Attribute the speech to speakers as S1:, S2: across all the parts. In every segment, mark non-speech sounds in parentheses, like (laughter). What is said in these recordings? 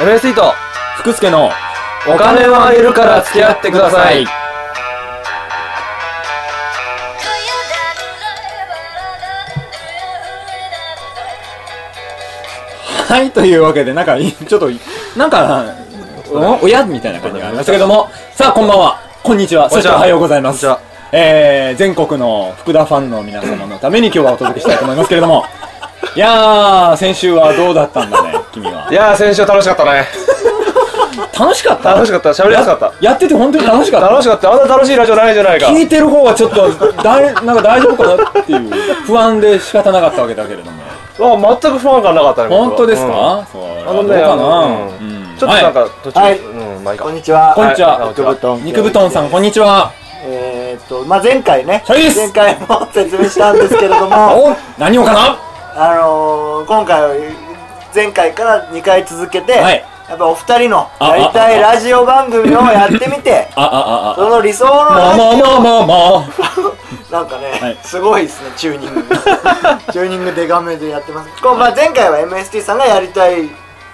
S1: エメスイート
S2: 福助の
S1: お金はいるから付き合ってください
S2: はいというわけでなんかいちょっとなんかお親みたいな感じがありましたけどもさあこんばんはこんにち
S1: こ
S2: は
S1: ん
S2: そ
S1: に
S2: し
S1: ち
S2: て
S1: は
S2: おはようございます
S1: こんにち
S2: えー、全国の福田ファンの皆様のために今日はお届けしたいと思いますけれどもいやー先週はどうだったんだね君はい
S1: やー、先週楽しかったね。
S2: 楽しかった
S1: 楽しかった。喋りやすかった。
S2: やってて本当に楽しかった
S1: 楽しかった。あんな楽しいラジオないじゃないか。
S2: 聞いてる方はちょっとだいなんか大丈夫かなっていう不安で仕方なかったわけだけれども
S1: あ、全く不安感なかったね。
S2: 本当です
S1: うん
S2: か、そう
S1: あのね、
S2: どうか
S1: あ
S2: な、
S1: のうん
S2: うん
S1: ちょっとなん
S2: は
S1: か途中、
S3: はい
S1: うん、まあいいか
S3: こんにちは。
S2: こんにちは
S3: はい肉ぶとん。
S2: い肉布団さん。こんにちは
S3: えーっと、まあ、前回ね、
S2: はいです
S3: 前回も説明したんですけれども、
S2: お何をかな
S3: あのー、今回は、前回から2回続けて、
S2: はい
S3: やっぱお二人の
S2: あ
S3: やりたいラジオ番組をやってみ
S2: (laughs)
S3: て、
S2: あああ
S3: その理想の
S2: あ
S3: ラ
S2: まあ
S3: ジ
S2: まあまあ
S3: オ、
S2: まあま
S3: なんかね、
S2: はい
S3: すごいですね、チュー
S2: (laughs)
S3: ニング。チューニングで画面でやってます。こうまあ、前回は MST さんがやりたい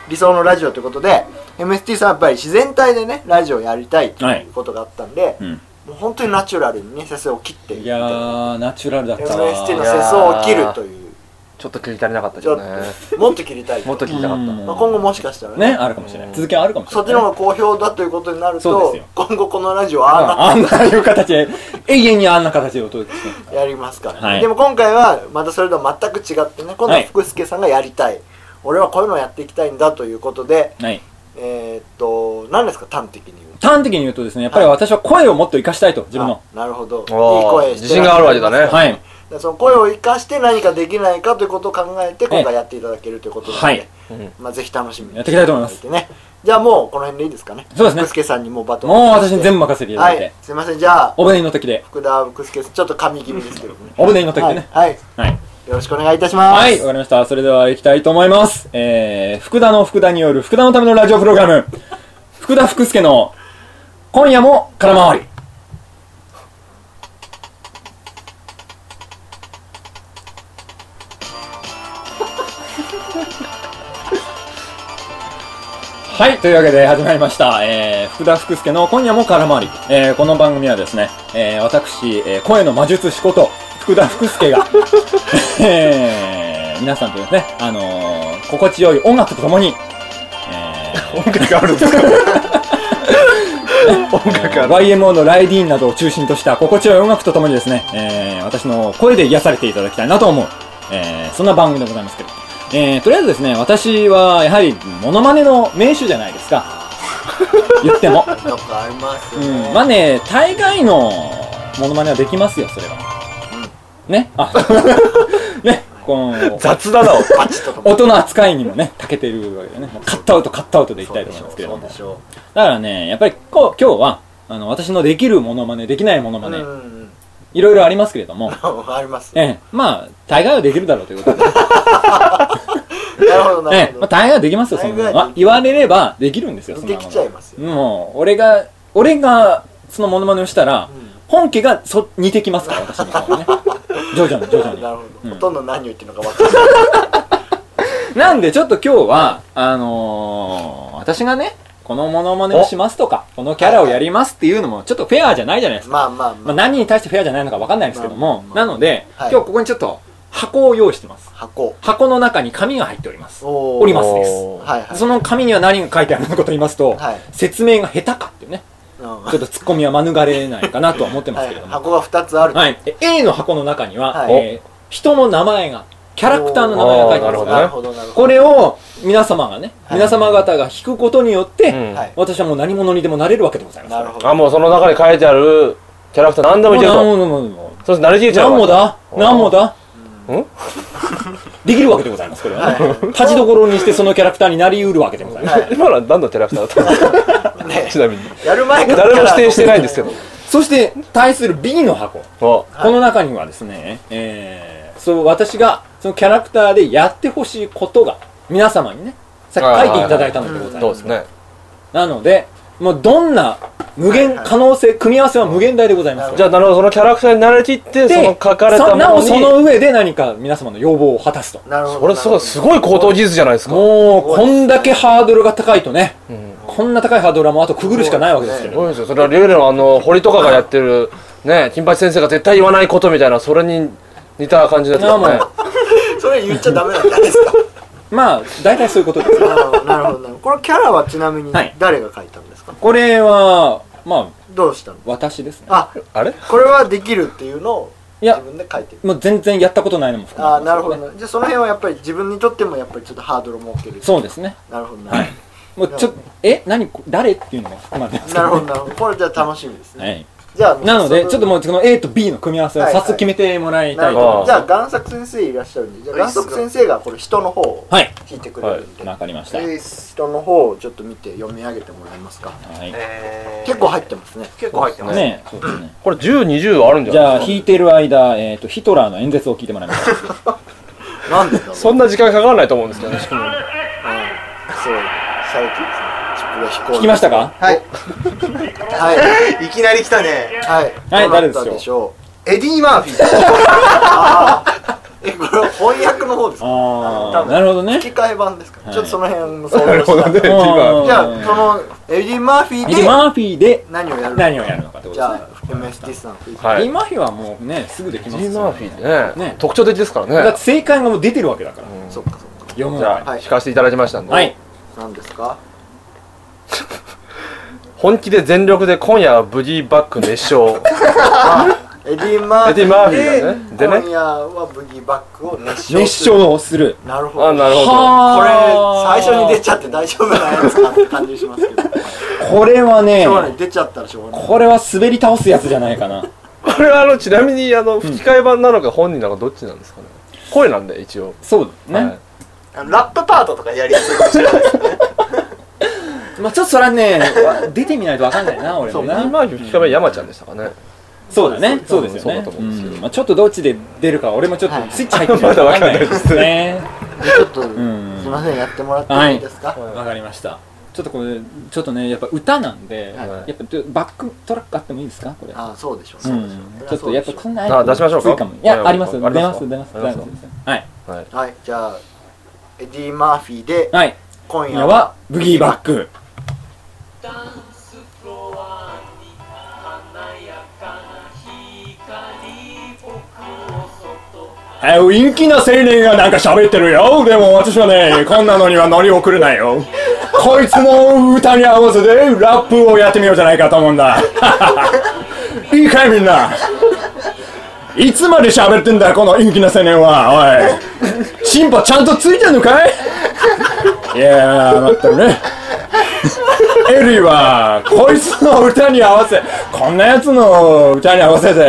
S3: 理想のラジオということで、MST さんはやっぱり自然体でね、ラジオをやりたいということがあったんで、
S2: あ、うん、
S3: もう本当にナチュラルにね世相を切ってい
S2: いやーナチュラルだったわ
S3: MST の世相を切るという
S1: ちょっと切り足りなかったけ
S3: ちょ
S1: ど
S3: っ
S1: ね。
S3: ともっと切りたい
S1: もっと切りたかった。
S2: うん
S3: まあ、今後もしかしたらね
S2: ねあるかもしれない続きはあるかもしれ
S3: そ
S2: な
S3: っ
S2: い
S3: ちの方が好評だということになる
S2: そう
S3: と
S2: ですよ
S3: 今後このラジオはああ
S2: あんないう形で永遠にあんな形でお届けしてる
S3: なやりますから、
S2: はい
S3: でも今回はまたそれとは全く違ってね今度
S2: は
S3: はい福助さんがやりたい、俺はこういうのをやっていきたいんだということで
S2: はい
S3: えー、っと何ですか端的に言う
S2: 端的に言うとですねやっぱり私は声をもっと生かしたいと自分の
S3: あなるほどいい
S1: おー
S3: 声して
S1: 自信があるわけだね
S3: はい
S2: はい
S3: でその声を生かして何かできないかということを考えて今回やっていただけるということなので、
S2: はい
S1: うん
S3: まあ、ぜひ楽しみに
S2: やっていきたいと思います
S3: てねじゃあもうこの辺でいいですかね
S2: そうですね
S3: 福助さんにもうバトン
S2: もう私に全部任せていただい
S3: は
S2: て
S3: いすいませんじゃあ
S2: お船の時で
S3: 福田福助さんちょっと髪気味ですけどね
S2: お船の時でね
S3: はい、はい
S2: はい
S3: よろしくお願いいたします
S2: はい、わかりました。それでは行きたいと思います。えー、福田の福田による福田のためのラジオプログラム、福田福助の今夜も空回り。はい、というわけで始まりました。えー、福田福助の今夜も空回り。えー、この番組はですね、えー、私、えー声の魔術師こと、福田福助が、えー、皆さんとですね、あのー、心地よい音楽とともに、えー
S1: 音楽あるんですか (laughs) 音 (laughs) 楽ある。
S2: YMO のライディーンなどを中心とした心地よい音楽とともにですね、えー、私の声で癒されていただきたいなと思う、えー、そんな番組でございますけど。えー、とりあえずですね、私はやはりモノマネの名手じゃないですか。言っても。
S3: どっかありますよね、
S2: うん、まあね、大概のモノマネはできますよ、それは。ね、あ、ね、この、
S1: 雑だな、おい
S3: パチッとかも
S2: 音の扱いにもね、長けてるわけでね、もうカットアウト、カットアウトでいきたいと思いますけれど
S3: そう
S2: も。
S3: でしょう
S2: だからね、やっぱりこう今日は、あの、私のできるものまね、できないものま
S3: そうで
S2: ね、
S3: しょううんうん
S2: いろいろありますけれど
S3: (laughs)
S2: も、
S3: うんあります
S2: ええ、まあ、大概はできるだろうという
S3: (laughs)
S2: ことで、
S3: なるほど
S2: え
S3: なる
S2: え、
S3: ほ
S2: まあ、
S3: ど、
S2: 大概はできますよ、そんな
S3: 大
S2: の
S3: 概は
S2: は。言われれば、できるんですよ、そんな
S3: で
S2: もの
S3: きちゃいますよ、
S2: もう、俺が、俺が、そのモノマネをしたら、
S3: うん
S2: 本家がそ似てきますから、私の顔はね。徐々に、徐々に。
S3: なるほど、
S2: うん
S3: ほとんど何を言ってるのか分かんない
S2: なんでちょっと今日は、あのー、私がね、このモノマネをしますとか、このキャラをやりますっていうのも、ちょっとフェアじゃないじゃないですか。
S3: まあまあま
S2: ま
S3: あ、
S2: あ、何に対してフェアじゃないのかわかんないですけども、
S3: まあまあ
S2: なので、
S3: はい
S2: 今日ここにちょっと箱を用意してます。
S3: 箱
S2: 箱の中に紙が入っております。
S3: おー
S2: おりますです。
S3: はいはい
S2: その紙には何が書いてあるのかと言いますと、
S3: はい
S2: 説明が下手かっていうね、
S3: うん
S2: ちょっとツッコミは免れないかなとは思ってますけれども。
S3: 箱が2つある、
S2: はい、え A の箱の中には、
S3: はい
S2: えー人の名前がキャラクターの名前が書いてあるん
S1: お
S2: で
S1: ー
S2: す
S1: な
S2: よ
S1: る
S3: ほどなるほ
S2: これを皆様がね、
S3: はい
S2: 皆様方が引くことによって、
S1: うん
S3: はい
S2: 私はもう何者にでもなれるわけでございます
S3: なるほど
S1: あ、もうその中に書いてあるキャラクター何でもいけると。
S2: もう何も何も
S1: そうすると慣れきれちゃう
S2: 何
S1: わ
S2: もだ
S1: おー
S2: 何もだ
S1: ん
S2: できるわけでございますこれは、
S3: は
S2: ね、立ちどころにしてそのキャラクターになりうるわけでございます、
S3: はい
S1: (laughs) 今のは何のキャラクターだったの
S3: ね
S1: ちなみに。
S3: やる前から
S1: 誰も否定してないんですけど。
S2: そして対する B の箱、
S1: お
S2: この中にはですね、えー、そう私がそのキャラクターでやってほしいことが皆様にねさっき書いていただいたのでございます、
S1: どうですね。
S2: なのでもうどんな無限、
S3: はいはい
S2: 可能性、組み合わせは無限大でございます。
S1: じゃあ、なるほど、そのキャラクターに慣れきって、その書かれた
S2: さ
S1: も
S2: な
S1: の
S2: お
S1: に、
S2: その上で何か皆様の要望を果たすと。
S3: なるほ
S1: そ
S3: ど
S1: れすごい、す
S3: い
S1: ごい高等技術じゃないですか。
S2: もう、こんだけハードルが高いとね、
S1: うん
S2: こんな高いハードルはもうあとくぐるしかないわけですけ
S1: す
S2: ど。
S1: ごいですよ。それはリュウレのあの、堀とかがやってる、ね、金八先生が絶対言わないことみたいな、それに似た感じだった
S2: なあもう
S1: ね。
S3: それ言っちゃダメ (laughs) なんじゃないですか
S2: まあ、大体そういうことです。
S3: なるほどなるほどなるほどこのキャラはちなみに
S2: はい
S3: 誰が書いたんですか、
S2: これは、まあ、
S3: どうしたの
S2: 私ですね。
S3: あ
S1: あれ
S3: これはできるっていうのを
S2: いや
S3: 自分で書いてる
S2: もう全然やったことないのも含め
S3: あ
S2: て
S3: あなるほどなじゃあその辺はやっぱり自分にとってもやっぱりちょっとハードルを設ける
S2: そうですね。
S3: なるほどな、
S2: はい。もうちょっと、え何こ誰っていうのも含まれてますけ
S3: なる
S2: ど
S3: ほどなるほどこれじゃあ楽しみですね、
S2: はい。
S3: じゃあ
S2: なので、ちょっとも
S3: う
S2: うこの A と B の組み合わせを
S3: はいはい
S2: 早速決めてもらい
S3: な
S2: たい
S3: る
S2: と
S3: ほ
S2: 思い
S3: ど
S1: い
S2: ます。
S3: じゃあ贋作先生いらっしゃるんでじゃあ贋作先生がこれ人の方を
S2: はい。
S3: 引いてくれるんで、
S2: わかりました。は
S3: えー人の方をちょっと見て読み上げてもらえますか
S2: い。
S4: えー
S3: 結構入ってますね
S4: 結構入ってますね。
S2: ねそうですね。
S1: これ10、20あるんじゃ
S2: じ
S1: ない
S2: ゃあ、弾いてる間、えっと、ヒトラーの演説を聞いてもらいます。
S3: (laughs) なんでだろう
S1: そんな時間かからないと思うんですけどね。
S3: そう、最近ですね。チップが飛行。
S2: 聞きましたか
S4: はい。
S3: はい。
S4: いきなり来たね。
S3: はい。
S2: はい
S3: どうなったでしょ
S4: エディ・マーフィー。
S3: う。え、これは翻訳の方ですか
S2: ああ、なるほど
S3: (laughs)
S2: ね。
S3: 吹き替え版ですか、
S2: はい
S3: ちょっとその辺の想像した。
S1: なるほどね
S2: うん
S3: じゃあ、そ、の、エディ・マーフィー
S2: エディ
S3: で
S2: マーフィーで
S3: 何をやる
S2: 何をやるのかってこ
S3: じ
S2: と
S3: ゃ
S2: です
S3: あ、MST さん吹いて。
S1: は
S2: ね。エ
S1: い
S2: ディ。マーフィーはもうね、すぐでき
S1: ジ
S2: ますよ
S1: ー
S2: ね。
S1: マーフィーね
S2: ね
S1: 特徴的ですから
S2: だっ
S1: ね
S2: て。正解がもう出てるわけだから。
S3: そっかそっか。
S2: 読む
S1: じ
S2: の
S1: ゃ
S2: は。
S1: あ、
S3: はい
S1: 聞かせていただきましたんで、
S2: はい。
S3: 何ですか
S1: 本気で全力で今夜はブギーバック熱唱。
S3: エディ・マー
S1: エディマーフィーだね
S3: で
S1: でね
S3: 今夜はブギーバックを熱唱。
S2: 熱。唱をする。
S3: なるほ
S1: あ、
S3: ど。
S1: なるほど。
S3: これ
S2: はあ
S3: 最初に出ちゃって大丈夫なんやつかって感じしますけ
S1: (laughs)
S3: ど
S2: これはね、
S3: 将来出ちゃったらしょうがない
S2: これは滑り倒すやつじゃないかな。
S1: これはあの、ちなみに、あの、吹き替え版なのか本人なのかどっちなんですかね。声なんで、一応。
S2: そうね。
S1: はい
S4: あのラップパートとかやりやすいかもしれない。
S2: まあちょっとそれはね、 (laughs) わ出てみないとわかんないな、俺
S1: そ
S2: も
S1: う、ミニ
S2: な。
S1: マーフィー吹き替え版山ちゃんでしたかね。
S2: そうだね。そうですよ
S1: そう
S2: ね
S1: だと。思
S2: う
S1: うんですけど
S2: んまあちょっとどっちで出るか、俺もちょっ
S3: はい
S2: とスイッチ入ってみないとわかんないですね。
S3: ちょっと、
S2: ん
S3: すいませんやってもらってもいいですか、
S2: わかりました。ちょっとこれ、ちょっとね、やっぱ歌なんで、
S3: はい
S2: やっぱちょバックトラックあってもいいですかこれ。
S3: ああそうでしょう
S2: う
S3: そうでし
S2: ん
S3: ょう
S2: ちょっとやっぱこんな
S1: あ出しましょうか
S2: ついもい
S1: は
S2: や、
S1: い
S2: あります。出
S1: ありま
S2: ますす、出ます。
S1: あります
S2: 大丈夫ですはい。
S1: はい。
S3: はいじゃあエディ・マーフィーで
S2: はい。今
S3: 今夜
S2: 夜
S3: は
S2: は、ブギーバック。
S5: ダンスフロアに華やかな光僕をそっと
S2: えー、陰気な青年がなんか喋ってるよ。でも私はね、こんなのにはノリを送るなよ。こいつの歌に合わせてラップをやってみようじゃないかと思うんだ。 (laughs) いいかいみんな。いつまで喋ってんだこの陰気な青年は。おい。チンポちゃんとついてんのかいいやー、待ってるね。エリーは、こいつの歌に合わせ、こんなやつの歌に合わせて、ラ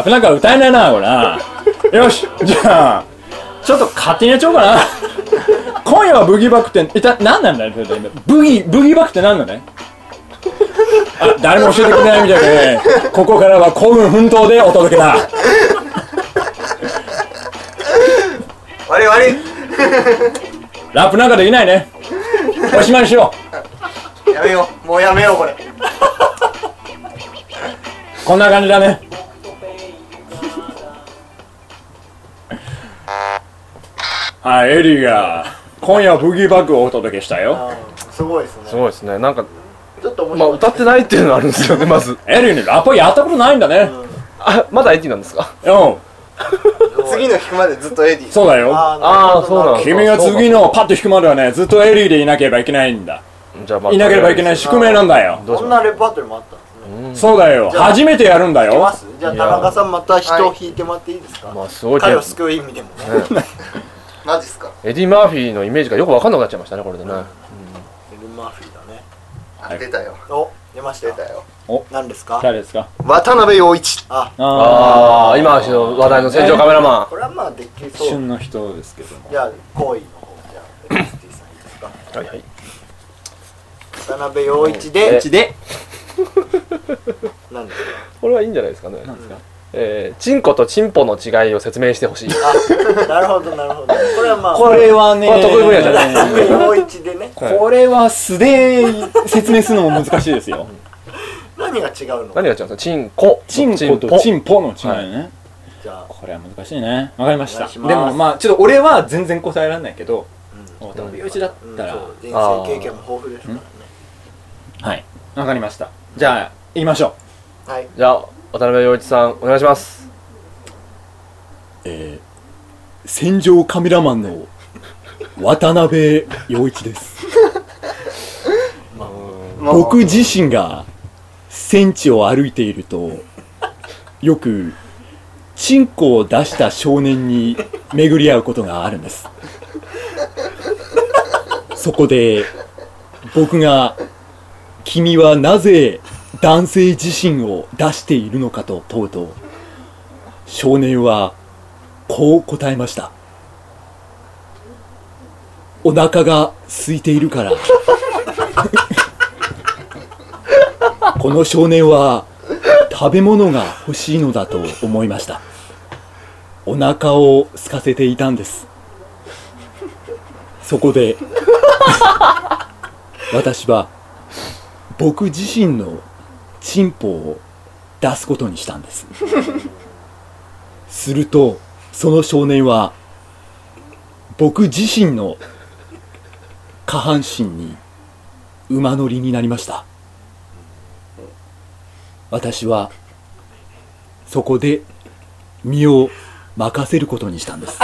S2: ップなんか歌えないな、これな。よし、じゃあ、ちょっと勝手にやっちゃおうかな。今夜はブギーバックって、一体何なんだよ、それブギー、ブギーバックって何なのねあ、誰も教えてくれないみたいで、ね、ここからは幸運奮闘でお届けだ。
S4: 我々、
S2: ラップなんかできないね。おしまいにしよう。
S4: やめよう。もうやめよう、これ。
S2: こんな感じだね。はい、エリーが、今夜はブギーバックをお届けしたよ。
S3: うんすごいです
S1: す
S3: ね
S1: ごいですね。なんか、
S3: ちょっと面
S1: まあ、
S3: 白い、
S1: 歌ってないっていうのがあるんですよね、まず。
S2: エリーにラップやったことないんだね。
S1: あ、まだ駅なんですか
S2: うん、
S4: 次の弾くまでずっとエディ。
S2: そうだよ。
S3: ああなるほど
S1: あーそうな
S3: る
S1: ん
S3: ほ
S1: だ
S2: 君が次のパッと弾くまではね、ずっとエリーでいなければいけないんだ。
S1: じゃあ、まあ。
S2: いなければいけない宿命なんだよ。
S1: どう
S3: ど
S1: し
S3: こん
S1: ま
S3: なレパートリーもあったんですね
S2: そうだよ。
S3: ゃあ
S2: 初めてやるんだ
S3: い
S2: よ
S3: ま。すじゃあ田中さんまた人を引いてもらっていいですか、
S1: すまあ、すごいテン
S3: 彼
S1: ポ
S3: を救う意味でもね (laughs)
S4: マジっすか。
S1: エディ・マーフィーのイメージがよくわかんなくなっちゃいましたね、これでね。
S3: エディ・マーフィーだね
S2: はい
S4: 出たよ。
S3: お出ました
S4: 出たよ。
S3: 何ですか
S2: 誰ですか
S4: 渡辺陽一。
S3: あ
S2: あ
S1: ああ、今の話題の戦場カメラマ
S3: これはまあでき
S2: ー
S3: そう
S2: 旬の人ですけども。
S3: じゃあ行為の方じゃあ MST さんいいですか
S1: ン。はいはい。
S3: 渡辺陽一で
S1: え
S2: で、
S3: 何ですか
S1: これはいいんじゃないですかね。
S2: なんですか
S1: えー、チンコとチンポの違いを説明してほしい。
S3: なるほどなるほどこれはまあ
S2: これはね、
S1: これ得意分野じゃない
S3: 渡辺陽一でね
S2: これは素で説明するのも難しいですよ。
S3: 何が違うの
S1: 何が違うんですかチンコ
S2: チンコとチンポの違いね。
S3: じゃあ
S2: これは難しいね。わかりまし
S3: お
S2: た。
S3: 願いし
S2: で
S3: ま
S2: も
S3: す
S2: まあ、ちょっと俺は全然答えられないけど、渡辺陽一だっ
S3: うん
S2: たら、
S3: そう人生経験も豊富ですからね
S2: はい。わかりました。じゃあ、言いましょう。
S3: はい
S1: じゃあ渡辺陽一さんお願いします
S2: えー、戦場カメラマンの渡辺陽一です。僕自身が戦地を歩いていると、よく、チンコを出した少年に巡り合うことがあるんです。そこで、僕が、君はなぜ男性自身を出しているのかと問うと、少年はこう答えましたお腹が空いているからこの少年は食べ物が欲しいのだと思いましたお腹を空かせていたんですそこで (laughs) 私は僕自身のチンポを出すことにしたんですするとその少年は僕自身の下半身に馬乗りになりました私はそこで身を任せることにしたんです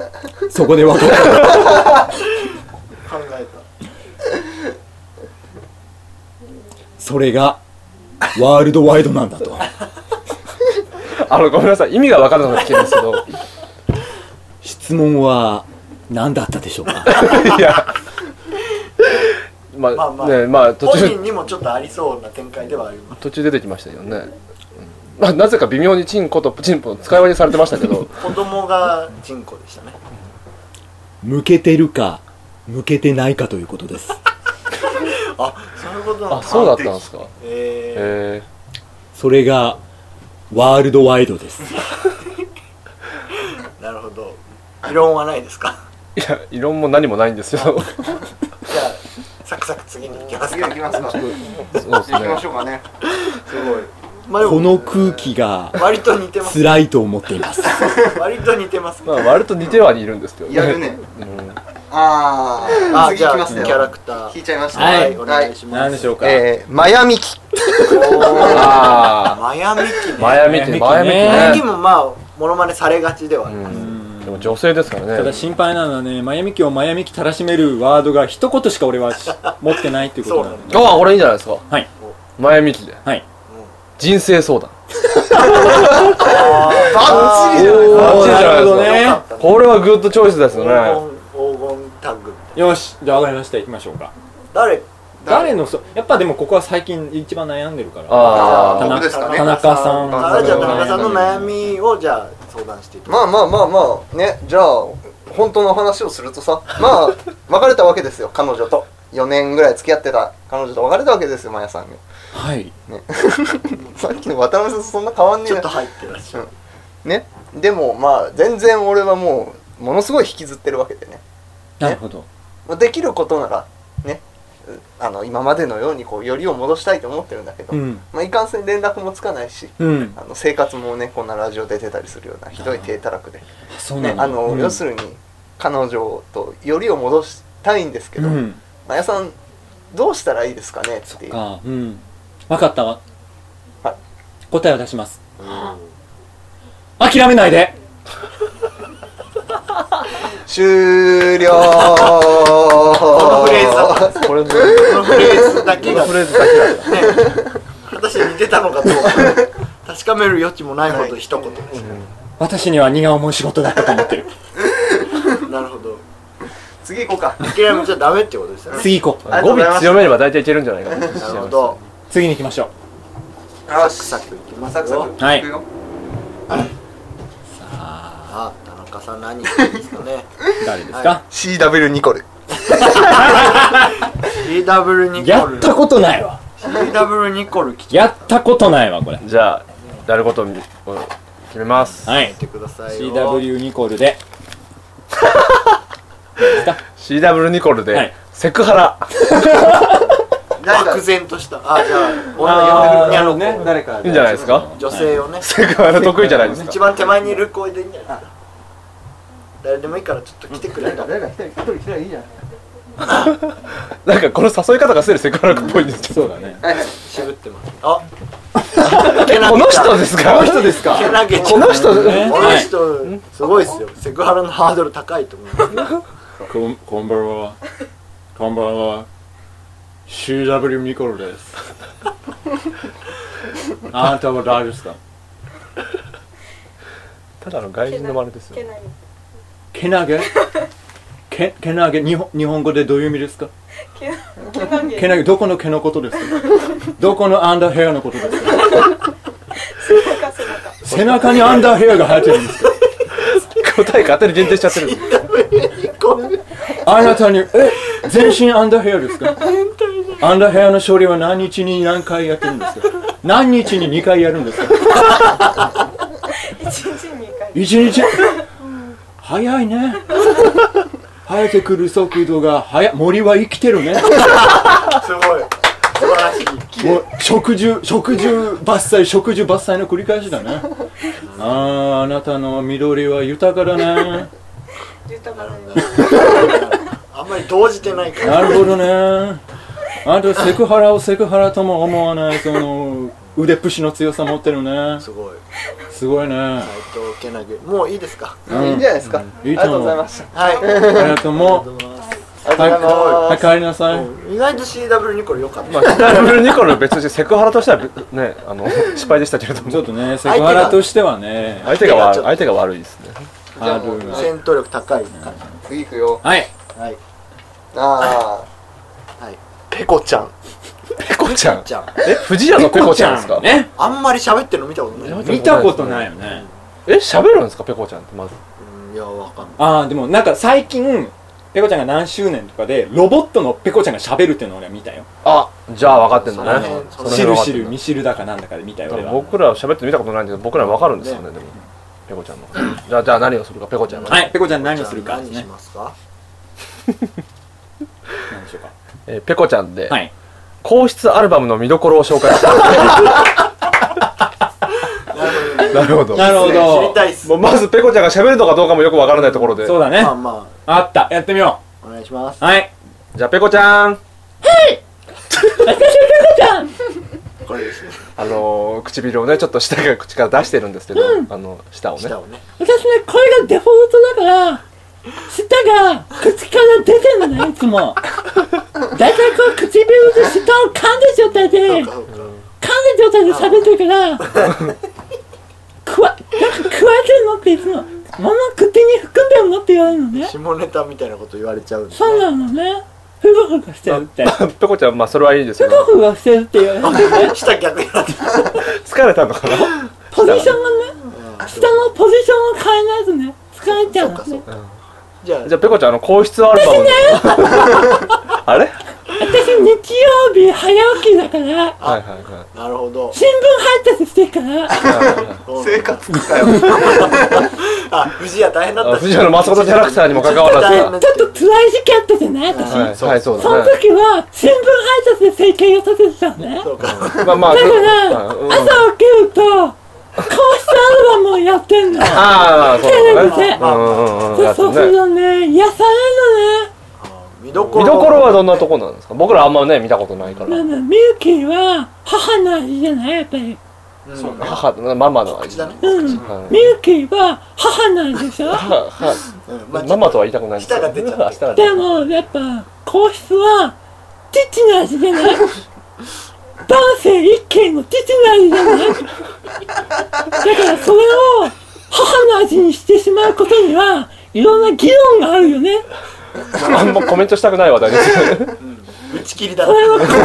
S2: えそこで分かった
S3: 考え
S2: それがワールドワイドなんだと
S1: あのごめんなさい意味が分からなくて聞いたんです (laughs)
S2: 質問は何だったでしょうか
S1: けどいやまあ、
S3: まあまあ
S1: ねまあ
S3: た
S1: 途
S3: 本
S1: 中
S3: 人にもちょっとありそうな展開ではあります
S1: 途中出てきましたけどね、うんまあ、なぜか微妙にチンコとチンポの使い分けされてましたけど
S3: 子供が人口でしたね
S2: 向けてるか向けてないかということです
S3: あそういうことなんだ
S1: あそうだったんですか
S3: え
S1: へ
S2: それがワールドワイドです
S3: ー、なるほど異論はないですか
S1: えいや異論も何もないんですよ
S3: じゃあサクサク次に行きます
S4: 次
S3: か
S4: 行きますか行
S1: そうです
S4: きま
S1: ね
S4: しょうかね
S3: すごいまあで
S2: こ
S3: も
S2: の空気が
S3: 割と似てます
S2: 辛いと思っています
S3: 割と似てます
S1: まあ割と似てはいるんですけど
S4: やるね
S1: うん
S4: あー
S3: あ
S4: 次
S3: じゃ
S4: 行
S3: あ
S4: きます
S3: キ
S4: ね
S3: ャラクタ
S4: 聞
S3: ー
S4: いちゃいました
S2: はい
S3: お願いします
S2: しょう
S4: えーマヤミキ
S1: あ
S3: (laughs) マヤミキね
S1: あマヤミってマヤミ
S2: マヤ
S3: 最
S1: キ
S3: 近
S1: ね
S3: もまあモノマネされがちではあり
S1: う
S3: ます、
S1: んでも女性ですから
S2: ただ
S1: ね
S2: 心配なのはね、マヤミキをマヤミキたらしめるワードが一言しか俺はし持ってないっていうことなの。
S1: 今日はこれいいんじゃないですか
S2: はい。
S1: マヤミキで
S2: はい。
S1: 人生相談ー
S4: バッチリじゃないですか
S1: なるほど
S2: ね
S1: これはグッドチョイスです
S3: 黄
S1: ね
S3: 金黄金タッグみたいな
S2: よし、じゃあわかりました。行きましょうか。
S3: 誰
S2: 誰のそ、やっぱでもここは最近一番悩んでるから。
S1: あ
S2: 田
S1: あ
S4: 僕
S2: 中
S4: ですかね
S2: 田中さん
S3: あじゃあ田中さんの悩みをじゃあ相談していきま
S4: まあまあまあまあねじゃあ本当の話をするとさま
S3: (laughs)
S4: あ別れたわけですよ彼女と4年ぐらい付き合ってた彼女と別れたわけですよマヤさんが
S2: はい。
S4: さっきの渡辺さんとそんな変わんね
S3: すち
S4: え
S3: ょっ
S4: な
S3: と入ってらっしゃる
S4: ねでもまあ全然俺はもうものすごい引きずってるわけでね
S2: なるほど。
S4: まあできることならねうあの今までのようにこうよりを戻したいと思ってるんだけど、
S2: うん
S4: まあ、いかんせん連絡もつかないし
S2: うん。
S4: あの生活もねこんなラジオで出てたりするようなひどい低たらくで、
S2: そうな
S4: ね
S2: んだ
S4: あの
S2: うん
S4: 要するに彼女とよりを戻したいんですけど、
S2: うん。
S4: マヤさんどうしたらいいですかねっ
S2: そって
S4: いう
S2: か。うん。わかったわ。
S4: はい
S2: 答えを出します。諦めないで
S4: 終了
S3: この
S4: こ
S3: フレーズだった
S1: これもこ
S3: このフレーズだけ
S1: の
S3: が
S1: フレーズだけなんだ
S3: 果たして似てたのかどうか確かめる余地もないほど一言ですね、
S2: 私には荷が重い仕事だったと思ってる。
S3: なるほど
S4: 次行こうか
S3: 諦めちゃダメってことですよね
S2: 次行こう。
S4: あり
S1: 語
S4: がとうございま
S1: 尾
S4: す
S1: 強めれば大体いけるんじゃないかな
S3: なるほど
S2: 次に行きましょ
S4: よし
S3: サクサクいきま
S4: ま
S3: す
S4: さくさ
S3: よ
S4: く
S2: はい
S3: あ田中さん何ですかね
S2: う。誰ですか
S4: CW ニコル
S3: CW ニ
S2: や
S3: コ
S2: っ
S3: ル
S2: たことないわ。
S3: CW ニコル聞い
S2: やったことないわ、これ。
S1: じゃあやることを決めます
S2: はい。
S3: てくださいよ
S2: CW ニコルで。ですか
S1: CW ニコル
S2: は
S1: で
S2: い、
S1: セクハラ。
S4: 誰か
S3: 漠然としたあじゃあ
S2: あ
S3: 女
S2: ー
S3: にゃの
S2: なるほど
S3: 子
S2: ね
S4: 誰か
S1: いいんじゃないですか
S3: 女性をね
S1: セクハラ得意じゃないです
S3: 一
S1: か。
S3: 番手前にいる子でいいんじゃない誰でもいいからちょっと来てくれ
S4: 誰か
S3: と
S4: 誰か一人一人来たらいいじゃない
S1: なんかこの誘い方がすでにセクハラっぽいんですよ。
S2: そうだね
S4: はいはい
S3: 渋ってますあけなげ
S1: (laughs) この人ですかこの人です
S4: か
S3: けなげちゃう
S1: この人、
S2: ね
S3: この人すごいですよセクハラのハードル高いと思う
S2: こんこんばんはこんばんは CW ミコルです (laughs) あなたは誰ですか
S1: ただの外人の真似ですよ。
S2: けなげけけなげ日本日本語でどういう意味ですかけなげどこの毛のことですかどこのアンダーヘアのことですか背中にアンダーヘアが生えてるんですか
S1: 答え勝手に限定しちゃってるんですよ。
S2: あなたにえ全身アンダーヘアですかアンダーヘアの処理は何日に何回やってるんですか何日に2回やるんですか一日早いね生えてくる速度が早い森は生きてるね
S3: すごい素晴らしい
S2: もう植樹植樹伐採植樹伐採の繰り返しだねあああなたの緑は豊かだね
S3: あんまり動じてないから
S2: なるほどねあとセクハラをセクハラとも思わないその腕っぷしの強さ持ってるね
S3: すごい
S2: すごいね
S3: えっとけなげもういいですか
S2: うん
S4: いいんじゃないですか、
S2: いい
S4: ありがとうございました
S3: はい
S2: ありがとうもう
S4: ありがとうございます、
S2: はい帰りなさい
S3: 意外と CW にこれ良かった
S1: まあ、CW ニコル別にセクハラとしてはね、あの、失敗でしたけれど
S2: ちょ
S1: も
S2: っ。とねセクハラとしてはね
S1: 相手が悪い、相手が悪いですね。
S2: あるが
S3: 戦闘力高い感
S4: 次行くよ
S2: はい
S3: じはい
S4: あ
S3: はいペコちゃん
S1: ペコちゃん。
S3: じゃん
S1: え、藤屋のペコちゃんですか
S2: ね
S3: あんまり喋ってるの見たことない
S2: 見たことないよね
S1: え、喋るんですかペコちゃんってまず。
S3: うんいやわかんない
S2: ああでもなんか最近ペコちゃんが何周年とかでロボットのペコちゃんが喋るっていうのを俺は見たよ
S1: あ、じゃあ分かってんだね
S3: その。辺
S2: 知る知る
S1: み
S2: 見知るだかなんだかで見たよ俺は
S1: 僕らは喋って見たことないんだけど、僕らは分かるんですよね、でも。ペコちゃんの。じゃあ、じゃあ何をするか、ペコちゃんの。
S2: はいペコちゃん何をするかです
S3: じゃあ何し
S2: ね
S3: ますか
S2: 何でしょうか
S1: えーペコちゃんで、
S2: はい
S1: 皇室アルバムの見どころを紹介した。なるほど。
S2: なるほ
S3: 知り
S2: ど
S3: たいっす
S1: もうまずペコちゃんが喋るのかどうかもよく分からないところで。
S2: そうだね
S3: まあま
S2: あったやってみよ
S3: あお願いします
S2: うはい
S1: じゃあ、ペコちゃん。
S3: これですね
S1: あのー、唇をね、ちょっと下が口から出してるんですけど、あの、舌をね。
S3: 下をね
S6: 私ね、これがデフォルトだから、舌が口から出てるのね、いつも。だいたいこう唇で舌を噛んだ状態で、噛んだ状態で喋ってるから、くわ、なんか食われてるのっていつも、物を口に含んでるのって言われるのね。
S3: 下ネタみたいなこと言われちゃうんで
S6: そうなのね。ふぐふぐしてるって。ふ
S1: (laughs) ペコちゃん、まあ、それはいいですけど
S6: ぐ、ふぐしてるって言われる。
S3: (laughs) 下逆になって
S1: 疲れたのかな
S6: ポジションがね、舌のポジションを変えないとね、疲れちゃうのね。
S3: じゃあ
S1: じゃあ、ペコちゃん、あの、皇室アルバムの。あれ
S6: 私日曜日早起きだから、
S1: はいはいは
S3: なるほど
S6: 新聞配達してるから、
S4: 生活かよ
S3: (laughs) あ藤谷大変だっ
S1: い。あ
S3: た
S1: 藤原誠キャラクターにも関わらず、は
S6: ちょっと辛い時期あったじゃない私、
S1: い、はい、そう
S6: その
S1: だね。
S6: 時は新聞配達で整形をさせてたのね。
S3: そうか
S1: まあまあ、
S6: だから、
S1: うん
S6: 朝起きると、皇室アルバムをやっ
S1: (laughs)
S6: てんの。
S1: ああ、そうだ
S6: テレビ
S1: ね。
S6: で
S1: うんうんうん。
S6: そ
S1: や
S6: う
S1: つ
S6: そうする
S1: ね。
S6: とね、癒さ
S3: 見どころ
S1: 見どころはどんなとこなんですか僕らあんまね、見たことないか
S6: れるの
S1: ら。
S6: ね。ミユキーは母の味じゃないやっぱり。
S3: そうね
S1: 母、ママの味。
S3: 口だね
S6: うん。
S1: はい
S6: ミユキーは母の味でしょ
S1: (laughs) はは
S3: うんまあ
S1: ママとは言いたくないですよ
S3: 舌が出ちゃった
S1: 舌が出ち
S6: で
S1: ゃった
S6: も、やっぱ、皇室は、父の味じゃない男性一軒の父の味じゃないだからそれを母の味にしてしまうことには、いろんな議論があるよね。
S1: あんまコメントしたくない話題
S3: (laughs)
S1: ですよね。
S3: 打ち切りだ
S6: これはこ国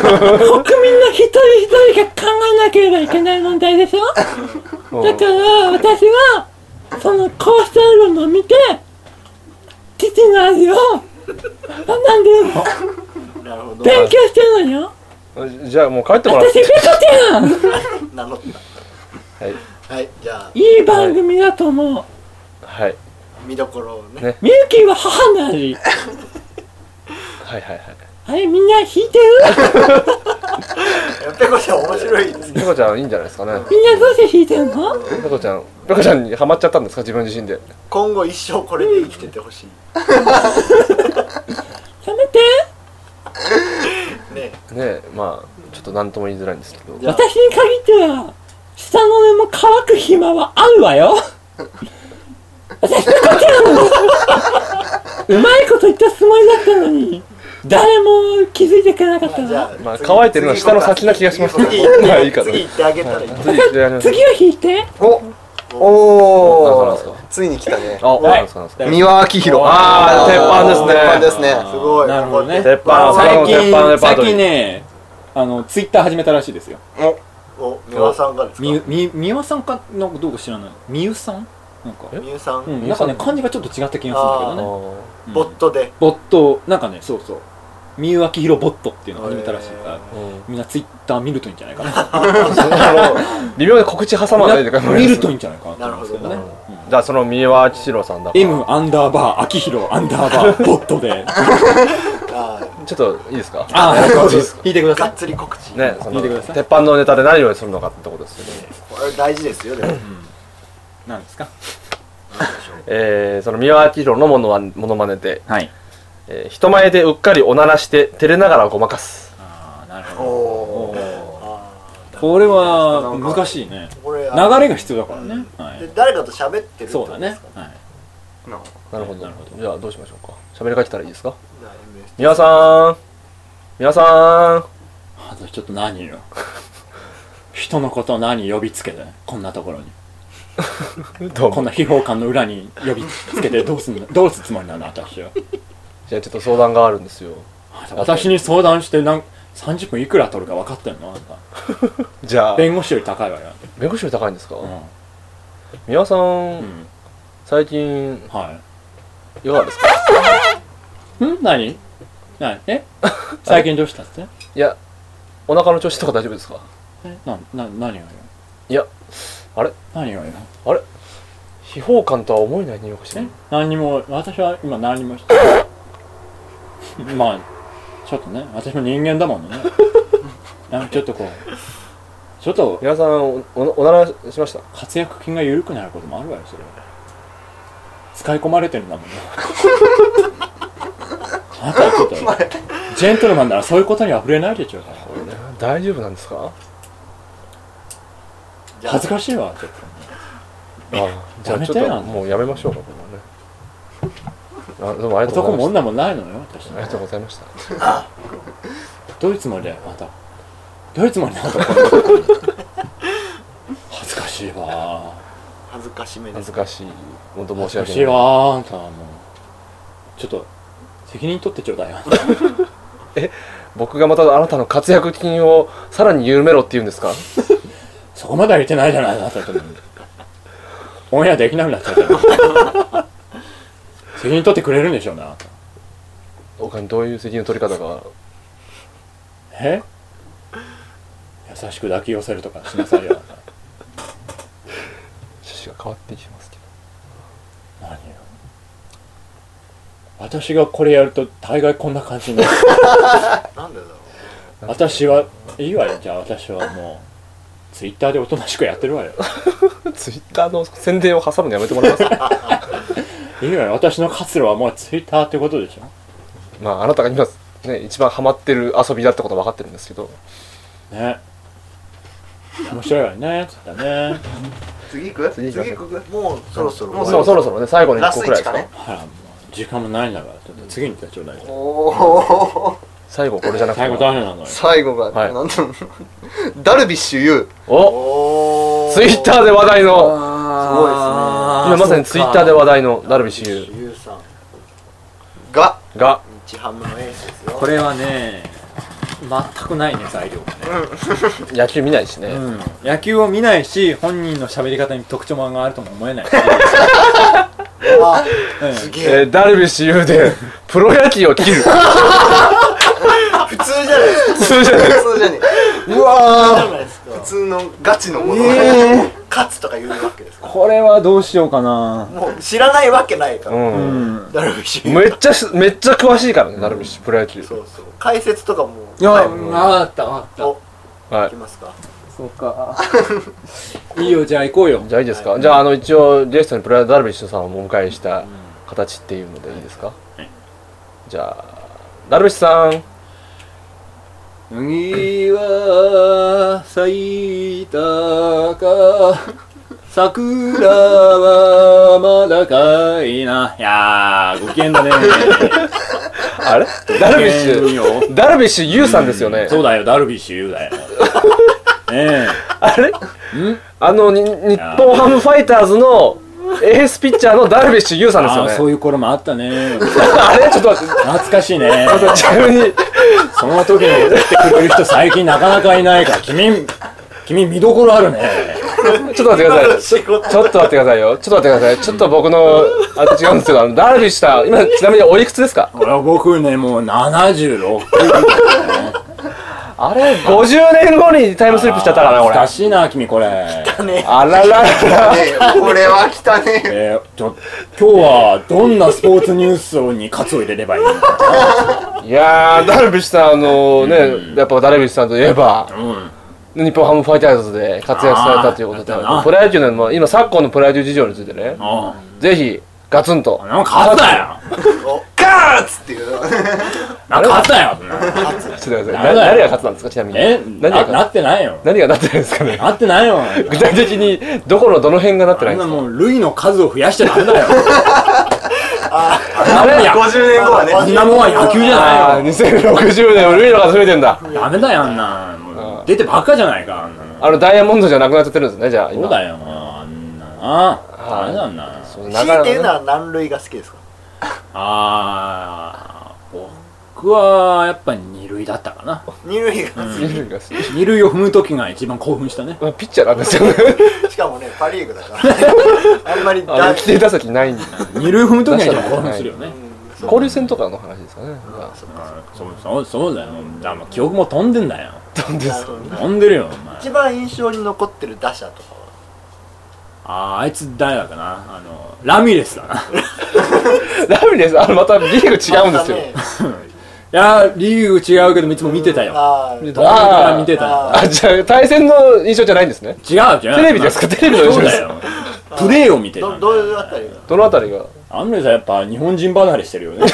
S6: 民の一人一人が考えなければいけない問題でしょだから私は、その皇室アルバムを見て、父の味を学んでるの。
S3: なるほど
S6: 勉強してるのよ。
S1: うんじゃあもう帰ってもらっ
S6: 私、
S1: て。
S6: ペコちゃん
S3: 名乗った
S1: はい。
S3: はいじゃあ
S6: いい番組だと思う。
S1: はい。
S3: 見どころをね
S1: ね
S6: ミルキーは母の味。
S1: はいはいはい
S6: あれみんな弾いてる
S3: やっぺこちゃん面白いです
S1: ペ
S3: ね
S1: コちゃんいいんじゃないですかね
S6: みんなどうして弾いてるの
S1: ペコちゃんペコちゃんにハマっちゃったんですか自分自身で
S3: 今後一生これで生きててほしい
S6: やめて
S3: ね
S1: ねまあちょっと何とも言いづらいんですけど
S3: じゃあ
S6: 私に限っては、下の根も乾く暇はあるわよ。私、こっちなのうまいこと言ったつもりだったのに、誰も気づいてくれなかった
S3: じゃ
S6: わ。
S1: まあ乾いてるのは下の先な気がしますけど
S3: 次行っ
S1: (laughs)
S3: て
S1: まあいいかな
S3: 次行ってあげたらいい
S1: 次行ってやりましょう
S6: 次は弾いて。
S4: お
S1: な
S4: お
S1: んすかなん
S4: ー
S1: すか
S4: ついに来たね
S1: あ、
S2: は
S1: なん
S2: い
S1: ですかなんですか
S4: 三輪明宏
S1: あー鉄板ですね
S4: 鉄板ですね
S3: すごい
S2: なるほどね
S1: 鉄板鉄板の
S2: 最近
S1: レパー
S2: 最
S1: トリー
S2: 近ねあのツイッター始めたらしいですよ
S3: お三輪さんがですか
S2: みみみゆさんかなんかどうか知らないみゆさんなんか
S3: みゆさん、
S2: うんなんかね漢字がちょっと違った気がするんだけどね
S1: あ
S2: うん
S3: ボットで
S2: ボットなんかねそうそうみゆあきひろボットっていうのを始めたらしいか
S1: ー
S2: ら
S1: うん
S2: みんなツイッター見るといいんじゃないかな
S1: 微妙に告知挟まないでください
S2: 見るといいんじゃないかなと思うんですけど
S3: な
S2: ね
S3: る
S1: じゃあその三輪明宏さんだから
S2: M アンダーバーあきひろアンダーバ (laughs) ーボットで
S3: あ
S1: ちょっといいですか
S2: ああそうです聞いてくだ
S3: ーが
S2: さい
S3: っつり告知
S1: ねそ
S2: 見
S1: の
S2: てください
S1: 鉄板のネタで何をするのかってことですけど
S3: これ大事ですよでも
S2: 何ですか
S1: えーその三輪明宏のモノマモノマネで
S2: はい
S1: えー人前でうっかりおならして照れながらごまかす
S2: ああなる
S4: お
S2: ほ
S4: お
S2: ど
S3: あ
S2: これは難しいね
S3: ーこれ
S2: 流れが必要だからね、は
S3: で
S2: い、
S3: 誰かと喋ってるって
S2: そ
S3: こ
S2: う
S3: と
S2: だ
S3: で
S2: ね
S3: すか、
S2: はい、
S4: ーな
S1: なるほど
S2: なるほど
S1: じゃあどうしましょうか喋りかけたらいいですか
S3: じゃ
S1: 三輪
S3: あ MS
S1: さん三輪さ
S2: あとちょっと何よ人のことを何呼びつけてこんなところに
S1: んどう
S2: こ
S1: も
S2: んな秘宝館の裏に呼びつけてどう (laughs) すんのどうするつもりなの私は
S1: じゃあちょっと相談があるんですよ
S2: 私に相談してなん30分いくら取るか分かってんのあんた
S1: じゃあ
S2: 弁護士より高いわよ、
S1: 弁護士より高いんですか
S2: う
S1: 三輪さ
S2: んうんん、
S1: 最近
S2: はい
S1: かがですか
S2: いん何何
S1: (laughs)
S2: え最近どうしたって
S1: いやお腹の調子とか大丈夫ですか
S2: えなな何がよ
S1: いやあれ
S2: 何がよ
S1: あれ秘宝感とは思えない入浴して
S2: え
S1: る
S2: 何にも私は今何にもして
S1: (laughs)
S2: まあちょっとね私も人間だもんねなんかちょっとこうちょっと
S1: 皆さんおおおならしました
S2: 活躍金が緩くなることもあるわよそれは使い込まれてるん
S1: (laughs)
S2: だもんねあなたはちょっとジェントルマンならそういうことには触れないでちょうだい
S1: 大丈夫なんですか
S2: 恥ずかしいわちょっと
S1: あじゃあちょっ
S2: やめてよ
S1: ともうやめましょうかこれはねあどうもありがとう
S2: 男も
S1: ございまし
S2: 女もないのよ私
S1: たありがとうございました
S2: どういうつもりだよあなたどういうつもりなんだこんなこと恥ずかしいわ
S3: 恥ずかしめで
S1: 恥
S3: す
S1: ずかしい本当申し
S2: 恥ずかし
S1: 訳な
S2: い
S1: い
S2: わあんたはもうちょっと責任取ってちょうだいよ
S1: 僕がまたあなたの活躍金をさらに緩めろって言うんですか
S2: そこまでは言ってないじゃないあなたとオンエアできなくなっちゃうから責任取ってくれるんでしょうな
S1: 他にどういう責任の取り方が
S2: え優しく抱き寄せるとかしなさいよあなた
S1: 趣旨が変わってきてますけど
S2: 何よ私がこれやると大概こんな感じにな (laughs) る
S3: なんでだろう
S2: 私はいいわよじゃあ私はもうツイッターでおとなしくやってるわよ
S1: ツイッターの宣伝を挟むのやめてもらえますか
S2: いいわよ私の活路はもうツイッターってことでしょ
S1: まああなたが今ね一番ハマってる遊びだってことは分かってるんですけど
S2: ね面白いわよねつったね
S4: 次行く
S1: 次
S4: 次
S1: 行きましょう
S4: 行く
S3: もうそろそろ
S1: もうそろそろね最後の
S4: ラ
S1: 1
S4: ス
S1: 個
S4: ト
S1: くらいです
S4: 1か
S1: か
S4: ね
S2: ほらもう時間もないんだからちょっと次に行ってちょうだい
S4: おおー
S1: 最後これじゃなくて
S2: 最後誰なのよ
S4: 最後が
S1: はい
S4: なんだろうダルビッシュ有
S1: お
S3: おー
S1: ツイッターで話題の
S3: あ
S1: 今まさにツイッターで話題のダルビッシュ有
S3: ゆうさん
S4: が
S1: が
S3: 日ハムのエースですよ
S2: これはね全くないね材料
S1: 野球見ないしね、
S2: うん野球を見ないし本人の喋り方に特徴があるとも思えないし、
S3: あ
S2: うん
S3: すげ
S1: え
S3: え
S1: ーダルビッシュ有でプロ野球を切る
S3: 普通じゃない
S4: (laughs)
S3: ですか
S1: 普通じゃない
S4: 普通じゃねえ
S3: 普通じゃないですか
S4: 普通のガチのもの
S2: え
S3: 勝つとか言うわけですよ
S2: これはどうしようかな
S3: もう知らないわけないから、
S2: う
S1: うん
S2: ん
S3: ダルビッシュ
S1: めっちゃしめっちゃ詳しいからねダルビッシュプロ野球
S3: そうそう解説とかも
S2: いや、
S6: 分かった分かっ
S3: お
S1: はい
S3: きますか
S6: たそう
S2: (laughs)
S6: かいいよじゃあ行こうよ
S1: じゃあいいですか、じゃああの一応ゲストにプラダルビッシュさんをお迎えした形っていうのでいいですか、じゃあダルビッシュさん
S6: 麦は咲いたか
S2: 桜はまだかいな。いやー、ご機嫌
S6: (laughs)
S2: だね。
S1: あれダルビッシ
S2: ご機嫌
S1: ュ
S2: よ
S1: ダルビッシュユウさんですよね、
S2: そうだよ、ダルビッシュ有
S6: (laughs)
S2: だよ。ね
S1: あれあのに日本ハムファイターズのエースピッチャーのダルビッシュ有
S2: え。
S1: さんですよ
S2: あー
S1: ね
S2: そういう頃もあったね。
S1: (laughs) あれちょっと待って
S2: 懐かしいね。
S1: ちなみに
S2: その時に踊ってくれる人最近なかなかいないから、君、君見どころあるね。
S1: ちょっと待ってください
S3: 仕事
S1: ちょっと待ってくださいよちょっと待ってくださいちょっと僕のあれ違うんですよあのダルビッシュさん今ちなみにおいくつですか
S2: 俺は僕ね、もう76。
S1: あれ50年後にタイムスリップしちゃったかなこ
S2: 懐
S1: れ
S2: かしいな、君これ。
S1: あららら
S4: ねえこれは来たね
S2: えー、ちょ、今日はどんなスポーツニュースにカツを入れればいいのか。
S1: いやーダルビッシュさんあのねやっぱダルビッシュさんといえば
S2: うん。
S1: 日本ハムファイターズで活躍されたということで
S2: あーだったな
S1: プロ野球のまあ今昨今のプロ野球事情についてね
S2: あ
S1: ぜひガツンと
S2: あ、なんか勝ったよ。
S4: ガーッつっていう
S2: なんか勝ったよそんな。
S1: (laughs) ちょっと待ってくださ
S2: ないんだ
S1: な
S2: よ
S1: 誰が勝つたんですかちなみに
S2: え
S1: 何が
S2: なな
S1: 勝つ
S2: ってないよ。
S1: 何がなってるんですかね
S2: なってないよ。
S1: 具体的にどこのどの辺がなってな
S2: あ
S1: いん
S2: ん
S1: で
S2: な
S1: すか
S2: もう、類の数を増やしちゃダメだよ。あんなもんや、
S4: 50年後は
S2: あ
S4: ね
S2: んなもんは野球じ
S1: あ
S2: ゃ
S1: あー2060年ルイのが増えてんだ
S2: ないよ。ダメだよ、あんな。もう出てばっかじゃないか、あんなの。
S1: あのダイヤモンドじゃなくなっちゃってるんですねじゃあ今
S2: そうだよ、あんなな。ダメだよな。
S1: そうなか
S3: 強
S1: ないか
S3: て言う
S1: ね
S3: なら何類が好きですか
S2: あー、僕は、やっぱ二類だったかな。
S3: 二類が好
S1: ルイが好き
S2: 二類を踏むときが一番興奮したね。
S1: まあピッチャーなんですよね
S3: きしかもねパ・リーグだからあんまり
S1: あ
S3: だ
S1: の規定打席ないんで
S2: 二類踏むときが一番興奮するよね。
S1: 交流戦とかの話ですかねまあ
S2: うんそう、そう、そうだよ。だからもう記憶も飛んでんだよ。
S3: なるほどね
S2: 飛んでるよ、お前。
S3: 一番印象に残ってる打者とかは
S2: あー、あいつ誰だかな。あの、ラミレスだな。
S1: ダメですあのまたリーグ違うんですよ
S3: またね
S2: いやー、リーグ違うけど、いつも見てたよ。
S3: あー
S2: 遠くから見てたよ。
S1: あじゃあ対戦の印象じゃないんですね
S2: 違うじゃん。
S1: テレビですかテレビの印
S2: そ
S1: 象
S2: う
S1: で
S2: だ
S1: す
S2: よ。プレーを見てた
S3: どどういうあたりが
S1: どのあたりが
S2: アンレさんやっぱ日本人離れしてるよね。プ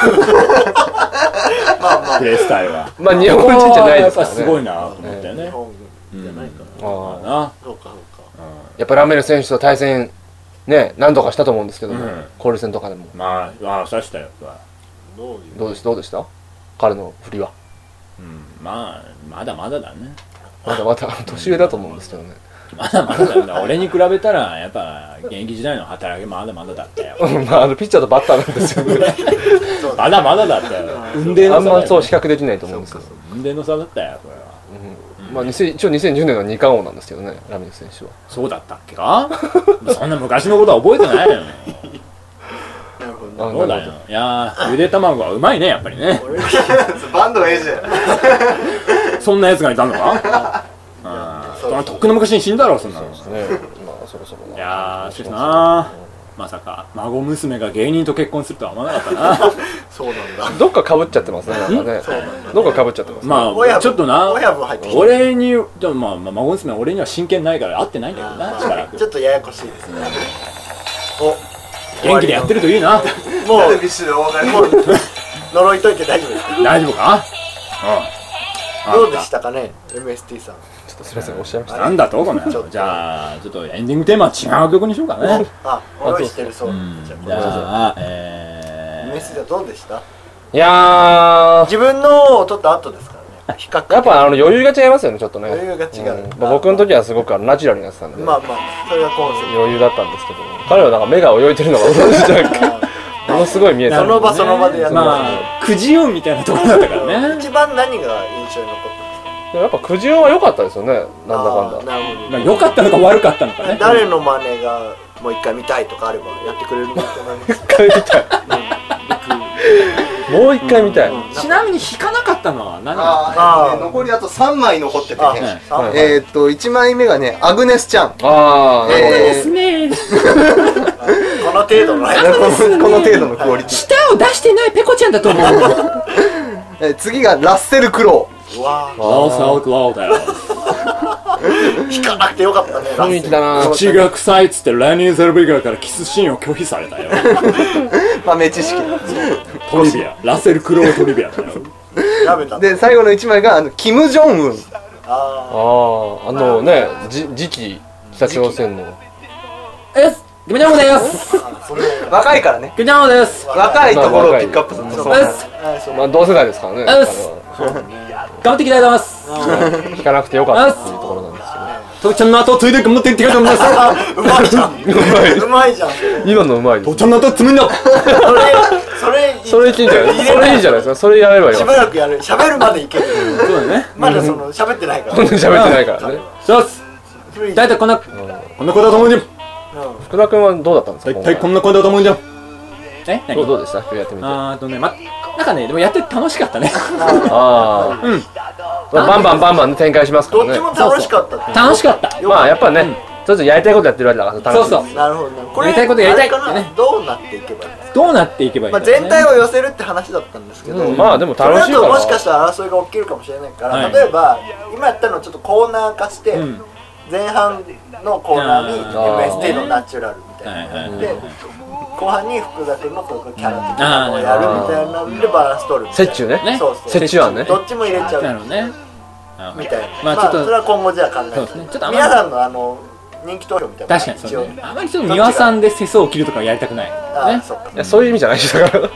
S2: レースタイルは。
S1: まあ日本人じゃないですから
S2: やっ
S1: ね
S2: ぱすごいなと思ったよ
S3: 日
S2: ね。
S3: 本じゃないかな
S1: ああ
S2: な
S3: そうかそうか
S1: やっぱラメル選手と対戦ね何度かしたと思うんですけども、
S2: うん
S1: 交流戦とかでも
S2: まあ、まあ、刺したよ。
S3: どういう
S1: どうでしたどうでした彼の振りは
S2: うん、まあ、まだまだだね。
S1: まだまだ年上だと思うんですけどね (laughs)
S2: まだまだだね。俺に比べたら、やっぱ、現役時代の働きまだまだだったよ。
S1: うんまああのピッチャーとバッターなんですよね
S2: まだまだだったよ。運転
S1: あ
S2: の
S1: ん
S2: 差
S1: ま
S2: だ
S1: そう
S2: よ。
S1: 比較できないと思うんですけど、
S2: 運転の差だったよ、これは。
S1: うんまあ、2000一応2010年の二冠王なんですけどねラメル選手は
S2: そうだったっけかそんな昔のことは覚えてないよ。
S3: なるほ
S1: あ
S2: そ
S3: どね
S1: な
S2: うだ
S1: るほ
S2: よ。いやー、ゆで卵はうまいね、やっぱりね。
S4: バンドのエイジだよ
S2: そんな奴がい (laughs) たのかうんそんなとっくの昔に死んだろ、そんなの。
S1: どねまあそろそろ
S2: いやー、しかしなまさか、孫娘が芸人と結婚するとは思わなかったな。
S3: (laughs) そうなんだ
S1: どっかかぶっちゃってますねなんかねどっかかぶっちゃってますね
S2: ま
S3: 親
S2: あ、
S3: 分
S2: ちょっとな、
S3: 親分入ってきた
S2: 俺に、でもまあ、まあ孫娘は俺には真剣ないから会ってないんだけどな、しばらく
S3: ちょっとややこしいですね
S2: 元気でやってるといいな。
S3: も
S4: ダル
S3: う
S4: ビッシュでお別れ
S3: もう呪いといて大丈夫ですか
S2: 大丈夫かうん。
S3: どうでしたかね MST さん
S1: ちょっとすみませんおっしゃいました
S2: なんだとこの野
S3: ちょ
S2: 郎
S3: っと
S2: じゃあ、ちょっとエンディングテーマは違う曲にしようかね。
S3: あ呪いしてるそうじゃあこ
S2: じ
S3: れ
S2: ゃ
S3: は
S2: あ、え
S3: MST さんどうでした
S1: いやー
S3: 自分のを取った後ですからね比較
S1: やっぱあの余裕が違いますよねちょっとね
S3: 余裕が違うん
S1: まあ、僕の時はすごくあのナチュラルにやってたんで、
S3: まあまあそれがコンセプト
S1: 余裕だったんですけど彼はなんか目が泳いでるのが (laughs) ものすごい見え
S2: ー、
S1: た
S3: その場その場でやってます
S2: まあ、くじ運みたいなところだったからね。
S3: 一番何が印象に残ったんです
S1: でもやっぱくじ運は良かったですよね
S3: か
S1: なんだか
S3: あー
S1: んだ
S3: なるほ
S2: ま
S3: ど
S2: あ、良かったのか悪かったのかね。
S3: 誰の真似がもう一回見たいとかあればやってくれるんだと思います
S1: 一回見たいもう一回見たい。
S3: うん
S2: ちなみに引かなかったのは何だ
S4: あーえっと
S3: あー
S4: ね残りあと3枚残ってて
S3: あ
S4: ね
S3: あ
S1: はい
S4: えーっと1枚目がねアグネスちゃん
S1: ああ、なるほど。
S4: え
S6: ですね
S3: この程度のライ
S4: ーこのこの程度のクオリティ、
S6: 舌を出してないペコちゃんだと思う
S4: えー次がラッセル・クロ
S3: ブわ
S2: ローサウトローだよ
S3: ー引かなくてよかったねラ
S1: 雰囲
S3: ッ
S1: 気
S3: セ
S1: だ
S3: ル
S1: な
S2: 口が臭いっつってラニー・ゼルビガーからキスシーンを拒否されたよ (laughs)
S4: ー豆知識
S2: トリビアラッセル・クロウトリビアだよ
S3: 調べた
S4: で最後の1枚があのキム・ジョンウン
S3: あ
S1: ああ、あのね、じ、次期北朝鮮の。
S6: ですグミちゃんもです
S3: ーそんな
S4: 若いからね
S6: グミちゃんもです
S4: 若いところをピックアップするとそうな
S6: で
S4: る
S6: す
S3: あーそう
S1: まあ、同世代ですからね。
S6: うっ
S1: あ
S6: す
S1: の
S6: 頑張っていきたいと思います
S1: 聞かなくてよかったっていうところなんです
S2: トキちゃんの後ついで頑張っていきたいと思います
S3: あうまいじゃんうまいじゃんそれ
S1: けど。今のうまいで
S2: トキ
S1: す。
S2: ちゃんの後つむんだ
S3: それ
S1: それいいんじゃないそれいいじゃないですか。それやればよ
S3: し。ばらくやる喋るまでいける
S2: そうだね
S3: まだその喋ってないから
S1: 喋ってないからね。
S2: そうっす
S3: それいい
S2: 大体こんなこんな子だと思うじゃん
S3: うん
S1: 福田君はどうだったんですか
S2: 大体こ
S1: 今
S2: んな子だと思うじゃんえ
S1: 回どう
S2: 何
S1: どうでした今日やってみて。あ
S2: あーとねまなんかねでもやってて楽しかったね
S1: あー。
S2: うん
S1: まあバンバンバンバンね展開しますか
S3: ど
S1: ら
S3: っ
S1: ね
S3: ち。も楽しかったって
S2: 楽しかった
S1: まあ、やっぱね、ちょっとやりたいことやってるわけだから、楽
S2: そう
S1: しい
S2: そう
S3: なるほどねこれ
S2: やりたいことやりたいってね
S3: あれかなどうなっていけばいいの
S2: どうなっていけばいい
S3: ま
S2: ん
S3: あ
S2: だろう
S3: 全
S2: ね
S3: 体を寄せるって話だったんですけど
S1: うんまあでも
S3: それ
S1: 楽
S3: だ
S1: しいか
S3: と
S1: ら
S3: もしかしたら争いが起きるかもしれないか
S2: は
S3: ら
S2: い
S3: 例えば今やったのをちょっとコーナー化して
S2: うん
S3: 前半のコーナーに
S1: あー
S3: MST のナチュラルみたい
S2: はいはい
S3: な
S2: はい
S3: で後半に福田君のこういうキャラ的なのをやるみたいなんでバランス取るみたい
S1: 折
S3: な
S1: 衷ね。
S2: ね
S3: そうそう
S1: 折衷案ね。
S3: どっちも入れちゃ
S2: な
S3: う
S2: るほどね
S3: みたいな
S2: ま
S3: ま
S2: あ
S3: あ
S2: ちょっと
S3: それは今後じゃあ考え
S2: そうですねちょっと
S3: て
S2: あんまり
S3: 皆さんのあの人気投票みたいな
S2: 確かに
S3: 一
S2: そ
S3: 応
S2: うねあまりちょっと三輪さんで世相を切るとかはやりたくない
S3: ああ
S2: ね
S3: そうか
S1: いやそういう意味じゃないですだから。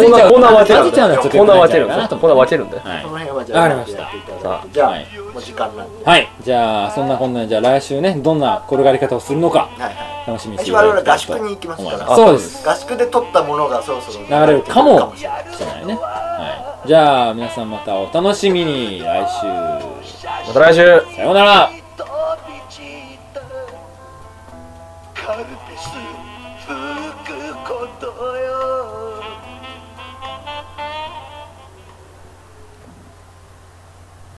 S2: 混ぜちゃう
S1: コーナー分ける
S2: 混ぜちゃうのはちょっと
S1: コーナー分ける
S2: よくないんじゃないかなと
S1: コーナー分けるんで。
S2: は
S3: そ
S2: い
S3: の辺はじゃあ
S2: わかりました
S3: やっていただいて
S1: さ
S3: じゃあ、
S2: はい
S3: もう時間なんで。
S2: はいじゃあそんなこんなでじゃあ来週ねどんな転がり方をするのか
S3: はいは
S2: 楽しみ
S3: い。
S2: にしてい
S3: 私
S2: ただ
S3: 我
S2: き
S3: 々
S2: たいと思
S3: 合宿に
S2: い
S3: 行きますか
S2: ま
S3: ら。
S2: すそうです
S3: 合宿で取ったものがそろそろ流
S2: 流れるかも
S3: れない。
S2: しれないねはいじゃあ皆さんまたお楽しみに来週
S1: また来週
S2: さようなら
S5: カルピス吹くことよ